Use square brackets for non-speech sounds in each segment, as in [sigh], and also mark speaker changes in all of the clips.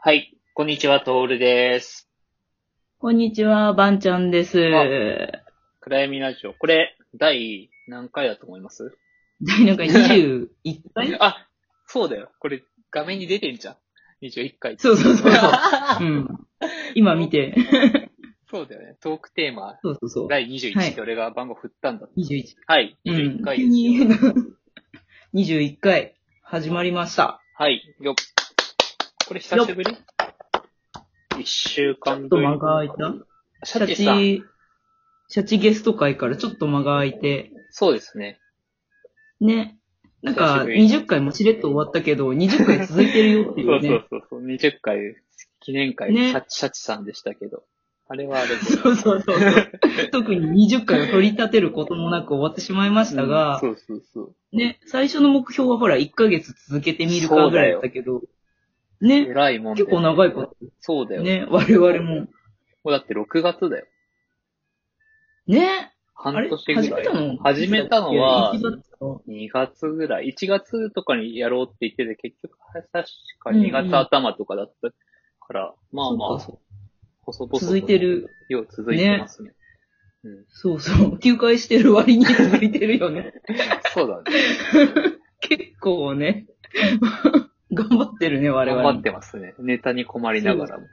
Speaker 1: はい。こんにちは、トールです。
Speaker 2: こんにちは、ばんちゃんです。
Speaker 1: 暗闇ラジオ。これ、第何回だと思います
Speaker 2: 第何回 ?21
Speaker 1: [laughs]
Speaker 2: 回
Speaker 1: あ、そうだよ。これ、画面に出てんじゃん。21回。
Speaker 2: [laughs] そうそうそうそう。うん。今見て。
Speaker 1: そうだよね。トークテーマ、
Speaker 2: そうそうそう。
Speaker 1: 第21
Speaker 2: はい
Speaker 1: って俺が番号振ったんだ。
Speaker 2: 21。
Speaker 1: はい。
Speaker 2: う
Speaker 1: 21
Speaker 2: ん。
Speaker 1: 回ですよ。
Speaker 2: 21回、始まりました。
Speaker 1: はい。よっ。これ久しぶり一週
Speaker 2: ちょ
Speaker 1: 間
Speaker 2: っと
Speaker 1: ぶり。
Speaker 2: 間が空いた
Speaker 1: シ
Speaker 2: シ
Speaker 1: ャ
Speaker 2: ャ
Speaker 1: チさん。
Speaker 2: チ、シャチゲスト会からちょっと間が空いて。
Speaker 1: そうですね。
Speaker 2: ね。なん
Speaker 1: 久
Speaker 2: か、
Speaker 1: しぶり
Speaker 2: 20回もしれっと終わったけど、20回続いてるよって
Speaker 1: そ
Speaker 2: いう
Speaker 1: そう
Speaker 2: うね。
Speaker 1: そうそう。20回記念会、
Speaker 2: ね
Speaker 1: シャチシャチさんでしたけど。あれはあれで。
Speaker 2: そうそうそうそう。特に20回を取り立てることもなく終わってしまいましたが、
Speaker 1: うんそうそうそう。
Speaker 2: ね、最初の目標はほら、1ヶ月続けてみるかぐらいだったけど、ね、
Speaker 1: 偉いもんで
Speaker 2: 結構長いこ
Speaker 1: そうだ
Speaker 2: と
Speaker 1: よ。
Speaker 2: ね、我々も。
Speaker 1: もうだって6月だよ。
Speaker 2: ね、あ
Speaker 1: 半
Speaker 2: れ
Speaker 1: 年
Speaker 2: 始
Speaker 1: ぐら
Speaker 2: め
Speaker 1: い
Speaker 2: た。の
Speaker 1: 始めたのはい
Speaker 2: や1月か
Speaker 1: 2月ぐらい。1月とかにやろうって言ってて、結局、確か2月頭とかだったから、まあまあ、
Speaker 2: そう
Speaker 1: 細々
Speaker 2: か続いて。る。
Speaker 1: よう続いてますね。うん。
Speaker 2: そうそう。休会してる割に続いてるよね。 [laughs]
Speaker 1: そうだね。
Speaker 2: 結構ね。 [laughs] 頑張ってるね、 [laughs] 我
Speaker 1: 頑
Speaker 2: 々。
Speaker 1: 張ってますね。ネタに困りながらも。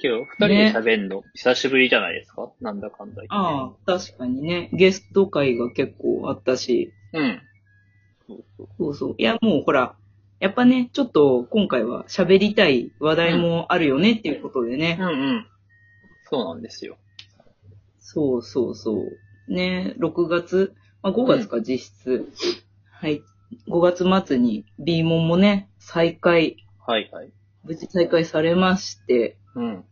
Speaker 1: 今日、二人で喋るの、久しぶりじゃないですかなんだかんだ言って。
Speaker 2: ああ、確かにね。ゲスト会が結構あったし。
Speaker 1: うん。そうそう。
Speaker 2: そうそう。いや、もうほら、やっぱね、ちょっと今回は喋りたい話題もあるよねっていうことでね。
Speaker 1: うんうん。そうなんですよ。
Speaker 2: そうそうそう。ね、6月、まあ、5月か、実質。はい。5月末に B モンもね、再開、
Speaker 1: はいはい。
Speaker 2: 無事再開されまして、
Speaker 1: うん。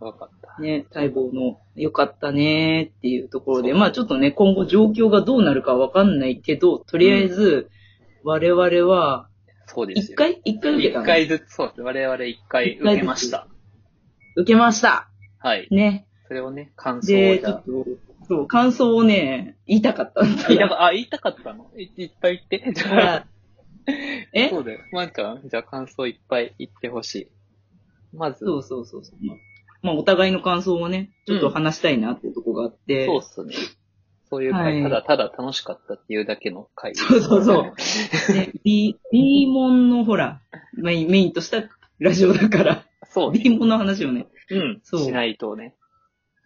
Speaker 1: わかった。
Speaker 2: ね、待望の良かったねっていうところで、
Speaker 1: そう
Speaker 2: まあちょっとね、今後状況がどうなるかわかんないけど、とりあえず、我々は、
Speaker 1: そうです
Speaker 2: 1
Speaker 1: よ。
Speaker 2: 回 ?1 回受けた
Speaker 1: 一
Speaker 2: の
Speaker 1: 回ずつ、そうです。我々一回受けました。
Speaker 2: 受けました。
Speaker 1: はい。
Speaker 2: ね。
Speaker 1: それをね、感想を
Speaker 2: で、
Speaker 1: じ
Speaker 2: ち
Speaker 1: ゃ
Speaker 2: ょ
Speaker 1: あ
Speaker 2: っ。と、そう、感想をね、言いたかったんだ。
Speaker 1: 言いたか、あ、言いたかったのいいっぱい言
Speaker 2: [laughs]
Speaker 1: って。じゃあ、
Speaker 2: え
Speaker 1: そうだよ。まんちゃん、じゃあ感想いっぱい言ってほしい。まず、
Speaker 2: そうそうそうそう。まあまあ、お互いの感想をね、ちょっと話したいなっていうとこがあって。
Speaker 1: そうっすね。そういう回、
Speaker 2: はい
Speaker 1: ただただ楽しかったっていうだけの回。
Speaker 2: そうそうそう。で、B、B モンのほら、メインメインとしたラジオだから、
Speaker 1: そうね。
Speaker 2: B モンの話をね、
Speaker 1: うん。
Speaker 2: そう
Speaker 1: しないとね。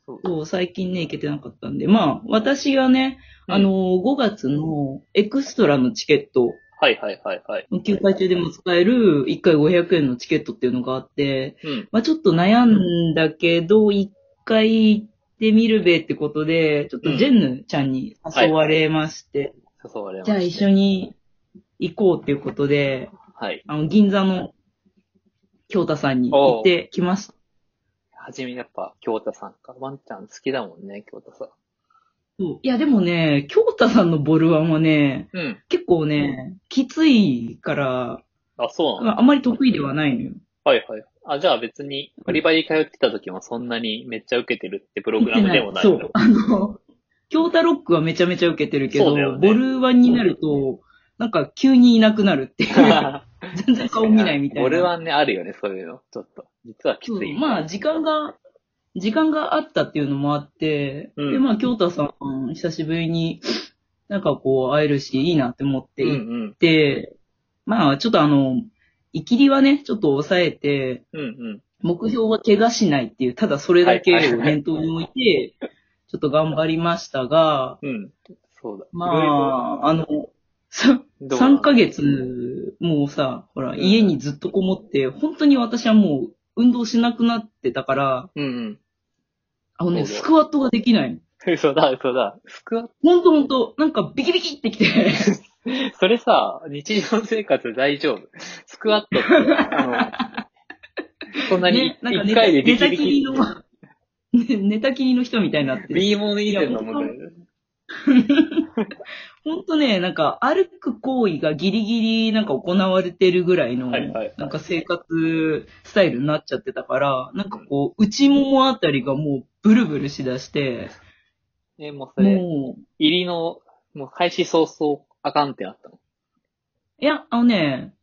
Speaker 1: そう。
Speaker 2: そう最近ね、行けてなかったんで、まあ、私がね、あの、5月のエクストラのチケット、
Speaker 1: はいはいはいはい。
Speaker 2: 休会中でも使える1回500円のチケットっていうのがあって、
Speaker 1: うん。
Speaker 2: まあちょっと悩んだけど、一回行ってみるべってことで、ちょっとジェンヌちゃんに誘われまして、
Speaker 1: 誘われまし
Speaker 2: じゃ
Speaker 1: た。
Speaker 2: あ一緒に行こうっていうことで、
Speaker 1: はい。
Speaker 2: あの、銀座の京太さんに行ってきました。
Speaker 1: はじめやっぱ、京太さんか。ワンちゃん好きだもんね、京太さん。
Speaker 2: そういやでもね、京太さんのボルワンはね、
Speaker 1: うん。
Speaker 2: 結構ね、きついから、
Speaker 1: あ、そうなの
Speaker 2: ああんまり得意ではないのよ。
Speaker 1: はいはい。あ、じゃあ別に、バリバリ通ってた時もそんなにめっちゃ受けてるってプログラムでもない
Speaker 2: そ
Speaker 1: の [laughs]
Speaker 2: う。あの、京太ロックはめちゃめちゃ受けてるけ
Speaker 1: そ
Speaker 2: ど、
Speaker 1: うだよね
Speaker 2: ボルワンになると、なんか急にいなくなるっていう。
Speaker 1: [laughs]
Speaker 2: 全然顔見ないみたいな。
Speaker 1: 俺はね、あるよね、そういうの。ちょっと。実はきつ
Speaker 2: そう
Speaker 1: い。
Speaker 2: まあ、時間が、時間があったっていうのもあって、
Speaker 1: うん
Speaker 2: で、まあ、京太さん、久しぶりに、なんかこう、会えるし、いいなって思って
Speaker 1: うんう
Speaker 2: 行
Speaker 1: ん。
Speaker 2: って、まあ、ちょっとあの、生きりはね、ちょっと抑えて、
Speaker 1: うんうん。
Speaker 2: 目標は怪我しないっていう、ただそれだけ
Speaker 1: はいはい
Speaker 2: を
Speaker 1: はい
Speaker 2: 念頭に置いて、ちょっと頑張りましたが、
Speaker 1: うん。そうだ。
Speaker 2: ま
Speaker 1: いろ
Speaker 2: あ、あの、さ
Speaker 1: いろどうなの
Speaker 2: 3ヶ月、もうさ、ほら、
Speaker 1: ん
Speaker 2: 家にずっとこもって、本当に私はもう運動しなくなってたから、
Speaker 1: うん
Speaker 2: あのね、
Speaker 1: そうだよ
Speaker 2: スクワットができないの。
Speaker 1: うん。嘘だ、嘘だ。スクワッ
Speaker 2: ほんとほんと、なんかビキビキってきて。
Speaker 1: ト、それさ、日常生活大丈夫。スクワットって、あの、そんなに、
Speaker 2: ね、なんか
Speaker 1: 一
Speaker 2: 寝
Speaker 1: 回で
Speaker 2: た
Speaker 1: ビ
Speaker 2: 寝
Speaker 1: キ
Speaker 2: た
Speaker 1: ビ
Speaker 2: きり
Speaker 1: キ。
Speaker 2: の、ね寝たきりの人みたいになって。
Speaker 1: B モン以前のものだよね。
Speaker 2: ほんとね、なんか歩く行為がギリギリなんか行われてるぐらいの、
Speaker 1: はいはいはい
Speaker 2: なんか生活スタイルになっちゃってたから、なんかこう、内ももあたりがもうブルブルしだして、
Speaker 1: え、もうそれ、
Speaker 2: もう、
Speaker 1: 入りの、もう開始早々、あかんってなったの。
Speaker 2: いや、あのね、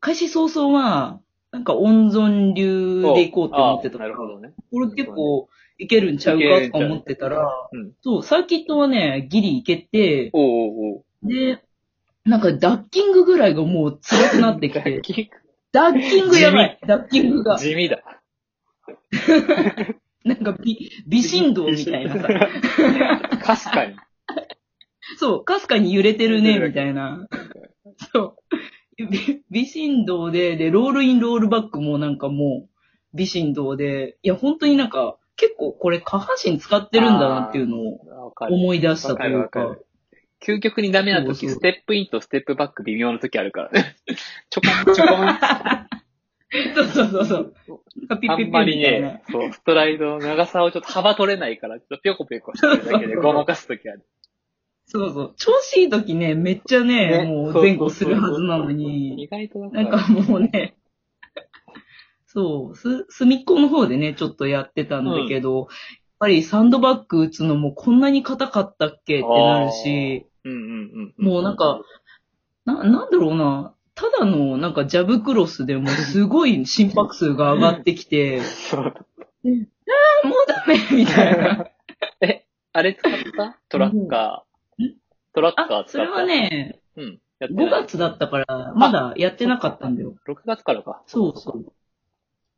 Speaker 2: 開始早々は、なんか温存流で行こうって思ってた
Speaker 1: あ
Speaker 2: か
Speaker 1: な
Speaker 2: ら、
Speaker 1: るほ
Speaker 2: こ
Speaker 1: どね。
Speaker 2: れ結構いけるんちゃうかとか思ってたら、
Speaker 1: うん。
Speaker 2: そう、サーキットはね、ギリいけて、
Speaker 1: おうおうおう。
Speaker 2: で、なんかダッキングぐらいがもう辛くなってき
Speaker 1: [laughs]
Speaker 2: て、
Speaker 1: 地
Speaker 2: ダッキングやばいダッキングが、
Speaker 1: 味だ。
Speaker 2: なんか微微振動みたいなさ、
Speaker 1: [laughs] さ。かすかに。
Speaker 2: そう、かすかに揺れてるね、みた
Speaker 1: [laughs]
Speaker 2: いな。そう。び微振動で、で、ロールイン、ロールバックもなんかもう、微振動で、いや、本当になんか、結構これ下半身使ってるんだなっていうのを
Speaker 1: わかる。
Speaker 2: 思い出し
Speaker 1: わ
Speaker 2: たと
Speaker 1: か
Speaker 2: い
Speaker 1: る
Speaker 2: う
Speaker 1: わか
Speaker 2: か、
Speaker 1: る。究極にダメな
Speaker 2: そう
Speaker 1: 時、
Speaker 2: そう
Speaker 1: ステップインとステップバック微妙な時あるからね。ちょこんちょこん。あ
Speaker 2: そうそうそうそう。ピッピッピ
Speaker 1: ん
Speaker 2: ッみた
Speaker 1: ま
Speaker 2: い
Speaker 1: り
Speaker 2: な
Speaker 1: ね、そう、ストライドの長さをちょっと幅取れないから、ちょっとぴょこぴょこしてるだけでごまかす時ある。
Speaker 2: そうそう。調子いい時ね、めっちゃ
Speaker 1: ね
Speaker 2: ね、も
Speaker 1: そうう
Speaker 2: 前後するはずなの
Speaker 1: 意
Speaker 2: に、
Speaker 1: 外とだか
Speaker 2: な
Speaker 1: ら
Speaker 2: んかもうね、そう、す、隅っこの方でね、ちょっとやってたんだけど、やっぱりサンドバッグ打つのもこんなに硬かったっけってなるし、
Speaker 1: うんうんうん。
Speaker 2: もうなんか、、な、なんだろうな、ただのなんかジャブクロスでもすごい心拍数が上がってきて、
Speaker 1: そう。
Speaker 2: あもうダメみたいな。
Speaker 1: え、あれ使ったトラッカー。トラッカー使っ
Speaker 2: あ、
Speaker 1: た
Speaker 2: それは、ね、
Speaker 1: うん。やって
Speaker 2: 5
Speaker 1: ない。
Speaker 2: 月だったから、まだやってなかったんだよ。
Speaker 1: 6月からか。
Speaker 2: そうそう。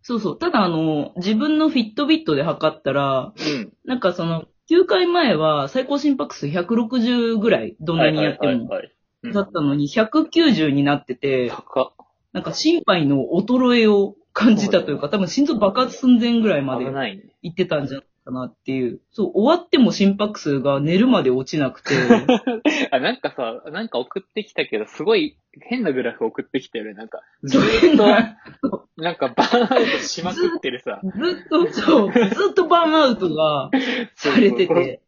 Speaker 2: そうそう。ただあの、自分のフィットビットで測ったら、
Speaker 1: うん。
Speaker 2: なんかその、9回前は最高心拍数160ぐらい、どんなにやって
Speaker 1: はいはい
Speaker 2: も。
Speaker 1: はいはい。うん
Speaker 2: だったのに、190になってて、
Speaker 1: 高っ
Speaker 2: なんか心肺の衰えを感じたというか、多分心臓爆発寸前ぐらいまで
Speaker 1: 危ないね。
Speaker 2: 行ってたんじゃないかなっていう。そう、終わっても心拍数が寝るまで落ちな
Speaker 1: [laughs]
Speaker 2: くて、
Speaker 1: あ、なんかさ、なんか送ってきたけど、すごい変なグラフ送ってきたよね。なんか、
Speaker 2: そういうのは
Speaker 1: なんかバーンアウトしまくってるさ。
Speaker 2: ずっと、そう、ずっとバーンアウトがされて
Speaker 1: そうそう
Speaker 2: て、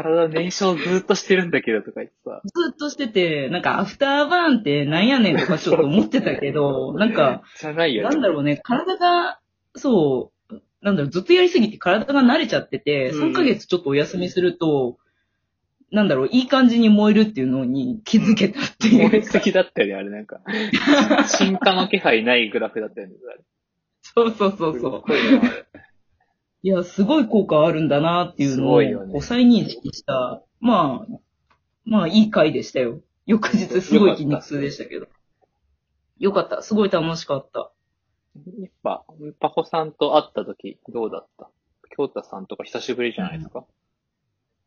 Speaker 1: 体燃焼ずっとしてるんだけどとか言ってさ。
Speaker 2: ずっとしてて、なんかアフターバーンってなんやねん
Speaker 1: [laughs]
Speaker 2: とかちょっと思ってたけど、なんか、
Speaker 1: じゃないよね。
Speaker 2: なんだろうね、体が、そう、なんだろう、ずっとやりすぎて体が慣れちゃってて、
Speaker 1: うん
Speaker 2: 3ヶ月ちょっとお休みすると、なんだろう、いい感じに燃えるっていうのに気づけたっていう。
Speaker 1: 燃えすぎだったよね、あれなんか。進化の気配ないグラフだったよね。あれ
Speaker 2: [laughs] そうそうそう
Speaker 1: す
Speaker 2: そう。
Speaker 1: ごいなあれ
Speaker 2: いや、すごい効果あるんだなっていう
Speaker 1: す
Speaker 2: の
Speaker 1: ごいよ
Speaker 2: を、
Speaker 1: ね
Speaker 2: こう再認識した、まあ、まあ、いい回でしたよ。翌日すごい筋肉痛でしたけど。よかった。すごい楽しかった。
Speaker 1: やっぱ、パコさんと会った時、どうだった京太さんとか久しぶりじゃないですか、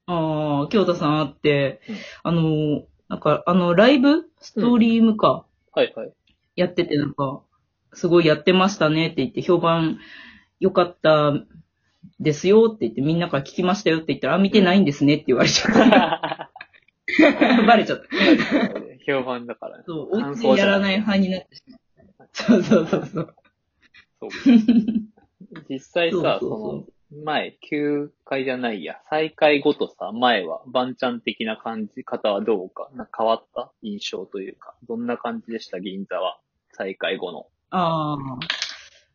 Speaker 2: ああ、京太さんあって
Speaker 1: うん、
Speaker 2: あのー、なんか、あの、ライブストリームか。
Speaker 1: はいはい。
Speaker 2: やってて、なんか、すごいやってましたねって言って、評判良かったですよって言って、みんなから聞きましたよって言ったら、あ、見てないんですねって言われちゃった。バレちゃった。 [laughs]
Speaker 1: 評判だからね。
Speaker 2: そう、お家でやらない派になってしまった。そうそうそうそう。
Speaker 1: そう
Speaker 2: [laughs]
Speaker 1: 実際さ、
Speaker 2: そうそう
Speaker 1: その、前、休会じゃないや、再開後とさ、前は、番ちゃん的な感じ方はどうか、なんか変わった印象というか、どんな感じでした、銀座は、再開後の。
Speaker 2: ああ。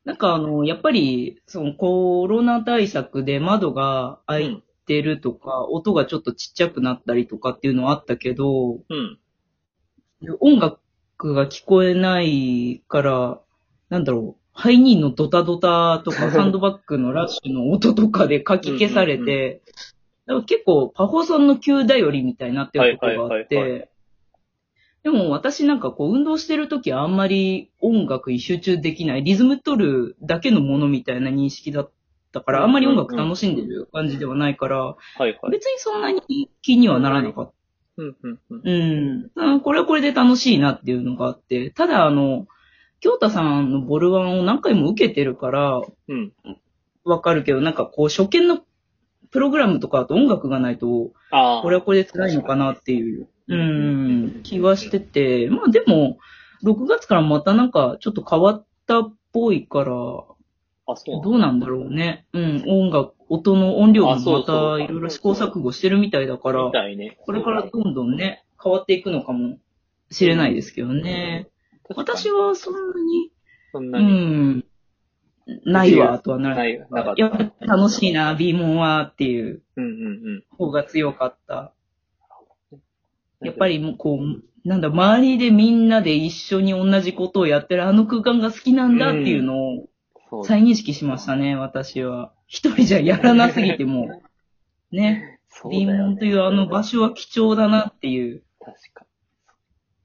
Speaker 2: なんかあの、やっぱり、そのコロナ対策で窓が開いてるとか、音がちょっとちっちゃくなったりとかっていうのはあったけど、
Speaker 1: うん。
Speaker 2: 音楽が聞こえないから、なんだろう、ハイニーのドタドタ
Speaker 1: [laughs]
Speaker 2: とか、サンドバッグのラッシュの音とかでかき消され
Speaker 1: うんうん
Speaker 2: て、だから結構パフォーソンの急だよりみたいになってることがあ
Speaker 1: は
Speaker 2: っ
Speaker 1: いはいは
Speaker 2: て、でも私なんかこう運動してる時はあんまり音楽に集中できない、リズム取るだけのものみたいな認識だったから、あんまり音楽楽しんでる感じではないから、
Speaker 1: はいはい。
Speaker 2: 別にそんなに気にはならなかった。
Speaker 1: うん、うん、うん。
Speaker 2: うん。うんこれはこれで楽しいなっていうのがあって、ただあの、京太さんのボルワンを何回も受けてるから、
Speaker 1: うん。
Speaker 2: わかるけど、なんかこう、初見のプログラムとかだと音楽がないと、
Speaker 1: ああ。
Speaker 2: これはこれで辛いのかなっていう、う
Speaker 1: うん
Speaker 2: ん、気はしてて、まあでも、6月からまたなんかちょっと変わったっぽいから、ど
Speaker 1: あ、そう
Speaker 2: うなんだろうね。うん、音楽、音の音量も
Speaker 1: あそう
Speaker 2: ま
Speaker 1: そ
Speaker 2: た
Speaker 1: う
Speaker 2: いろいろ試行錯誤してるみたいだか
Speaker 1: な
Speaker 2: ら
Speaker 1: み、たいね。
Speaker 2: これからどんどんね、変わっていくのかもしれないですけどね。私
Speaker 1: は、
Speaker 2: はそんなに、
Speaker 1: そん
Speaker 2: う
Speaker 1: なに、
Speaker 2: ん、ないわ、とはなら
Speaker 1: ない、なかった。
Speaker 2: やっぱ楽しいな、B モンはっていう
Speaker 1: うんうんうん。
Speaker 2: 方が強かった。やっぱりもうこう、なんだ、周りでみんなで一緒に同じことをやってるあの空間が好きなんだっていうのを
Speaker 1: そう
Speaker 2: 再認識しましたね、私は。一人じゃやらなすぎてもう。ね。
Speaker 1: そうだ
Speaker 2: リ
Speaker 1: よね
Speaker 2: ンモンというあの場所は貴重だなっていう。
Speaker 1: 確か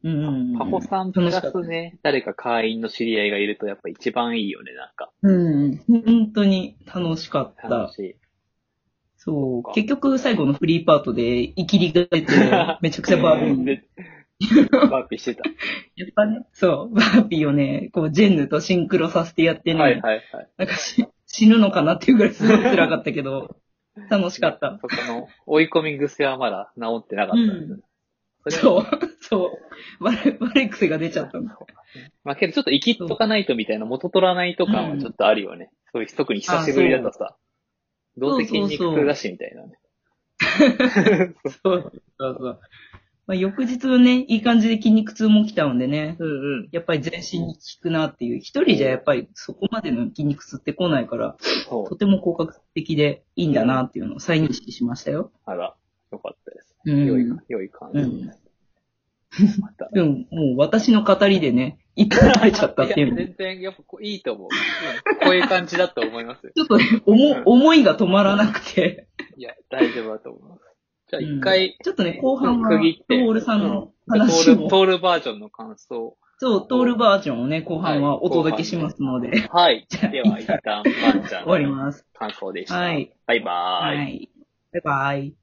Speaker 2: うんうんう
Speaker 1: に。
Speaker 2: ん。
Speaker 1: パホさんプラスね、誰か会員の知り合いがいるとやっぱ一番いいよね、なんか。
Speaker 2: うんうん。本当に楽しかった
Speaker 1: 楽。しい。
Speaker 2: そう。結局最後のフリーパートでイキリが出て、めちゃくちゃバービー。
Speaker 1: でバービー
Speaker 2: [laughs]
Speaker 1: してた。
Speaker 2: やっぱね、そう、バービーをね、こう、ジェンヌとシンクロさせてやってね、
Speaker 1: はいはいはい。
Speaker 2: なんかし死ぬのかなっていうぐらいすごい辛かったけ [laughs] ど、楽しかった。
Speaker 1: そこの追い込み癖はまだ治ってなかったんですよね。それは
Speaker 2: そう、そう、悪い悪い癖が出ちゃったの。
Speaker 1: まあけどちょっと生きっとかないとみたいな、元取らないと感はちょっとあるよね。そういう、特に久しぶりだとさ、どうせ筋肉痛だしみたいなね。
Speaker 2: そう、そうそう。まあ、翌日ね、いい感じで筋肉痛も来たのでね、
Speaker 1: うんうん。
Speaker 2: やっぱり全身に効くなっていう、一人じゃやっぱりそこまでの筋肉痛って来ないから、
Speaker 1: そ
Speaker 2: と
Speaker 1: う。
Speaker 2: ても効果的でいいんだなっていうのを再認識しましたよ。
Speaker 1: あら、よかったです。
Speaker 2: うん
Speaker 1: 良い、良い感じです。また。
Speaker 2: でも、もう私の語りでね、いっぱいれちゃったってい
Speaker 1: いうや
Speaker 2: [laughs] の。
Speaker 1: 全然、やっぱこういいと思う。うんこういう感じだと思いますよ。
Speaker 2: ちょっとね、思う、思いが止まらなくて。
Speaker 1: いや、大丈夫だと思います。じゃあ一回、
Speaker 2: ちょっとね、後半は、ト
Speaker 1: 区切って
Speaker 2: ールさんの
Speaker 1: ト
Speaker 2: 話
Speaker 1: ール、
Speaker 2: も、
Speaker 1: トールバージョンの感想。
Speaker 2: そう、トールバージョンをね、後半はお届けしますので、
Speaker 1: はい。
Speaker 2: じゃあ
Speaker 1: では、一旦、バンちゃん
Speaker 2: 終わり
Speaker 1: の
Speaker 2: ます。
Speaker 1: 感想でした。
Speaker 2: はい。
Speaker 1: バイバーイ。
Speaker 2: はい。バイバイ。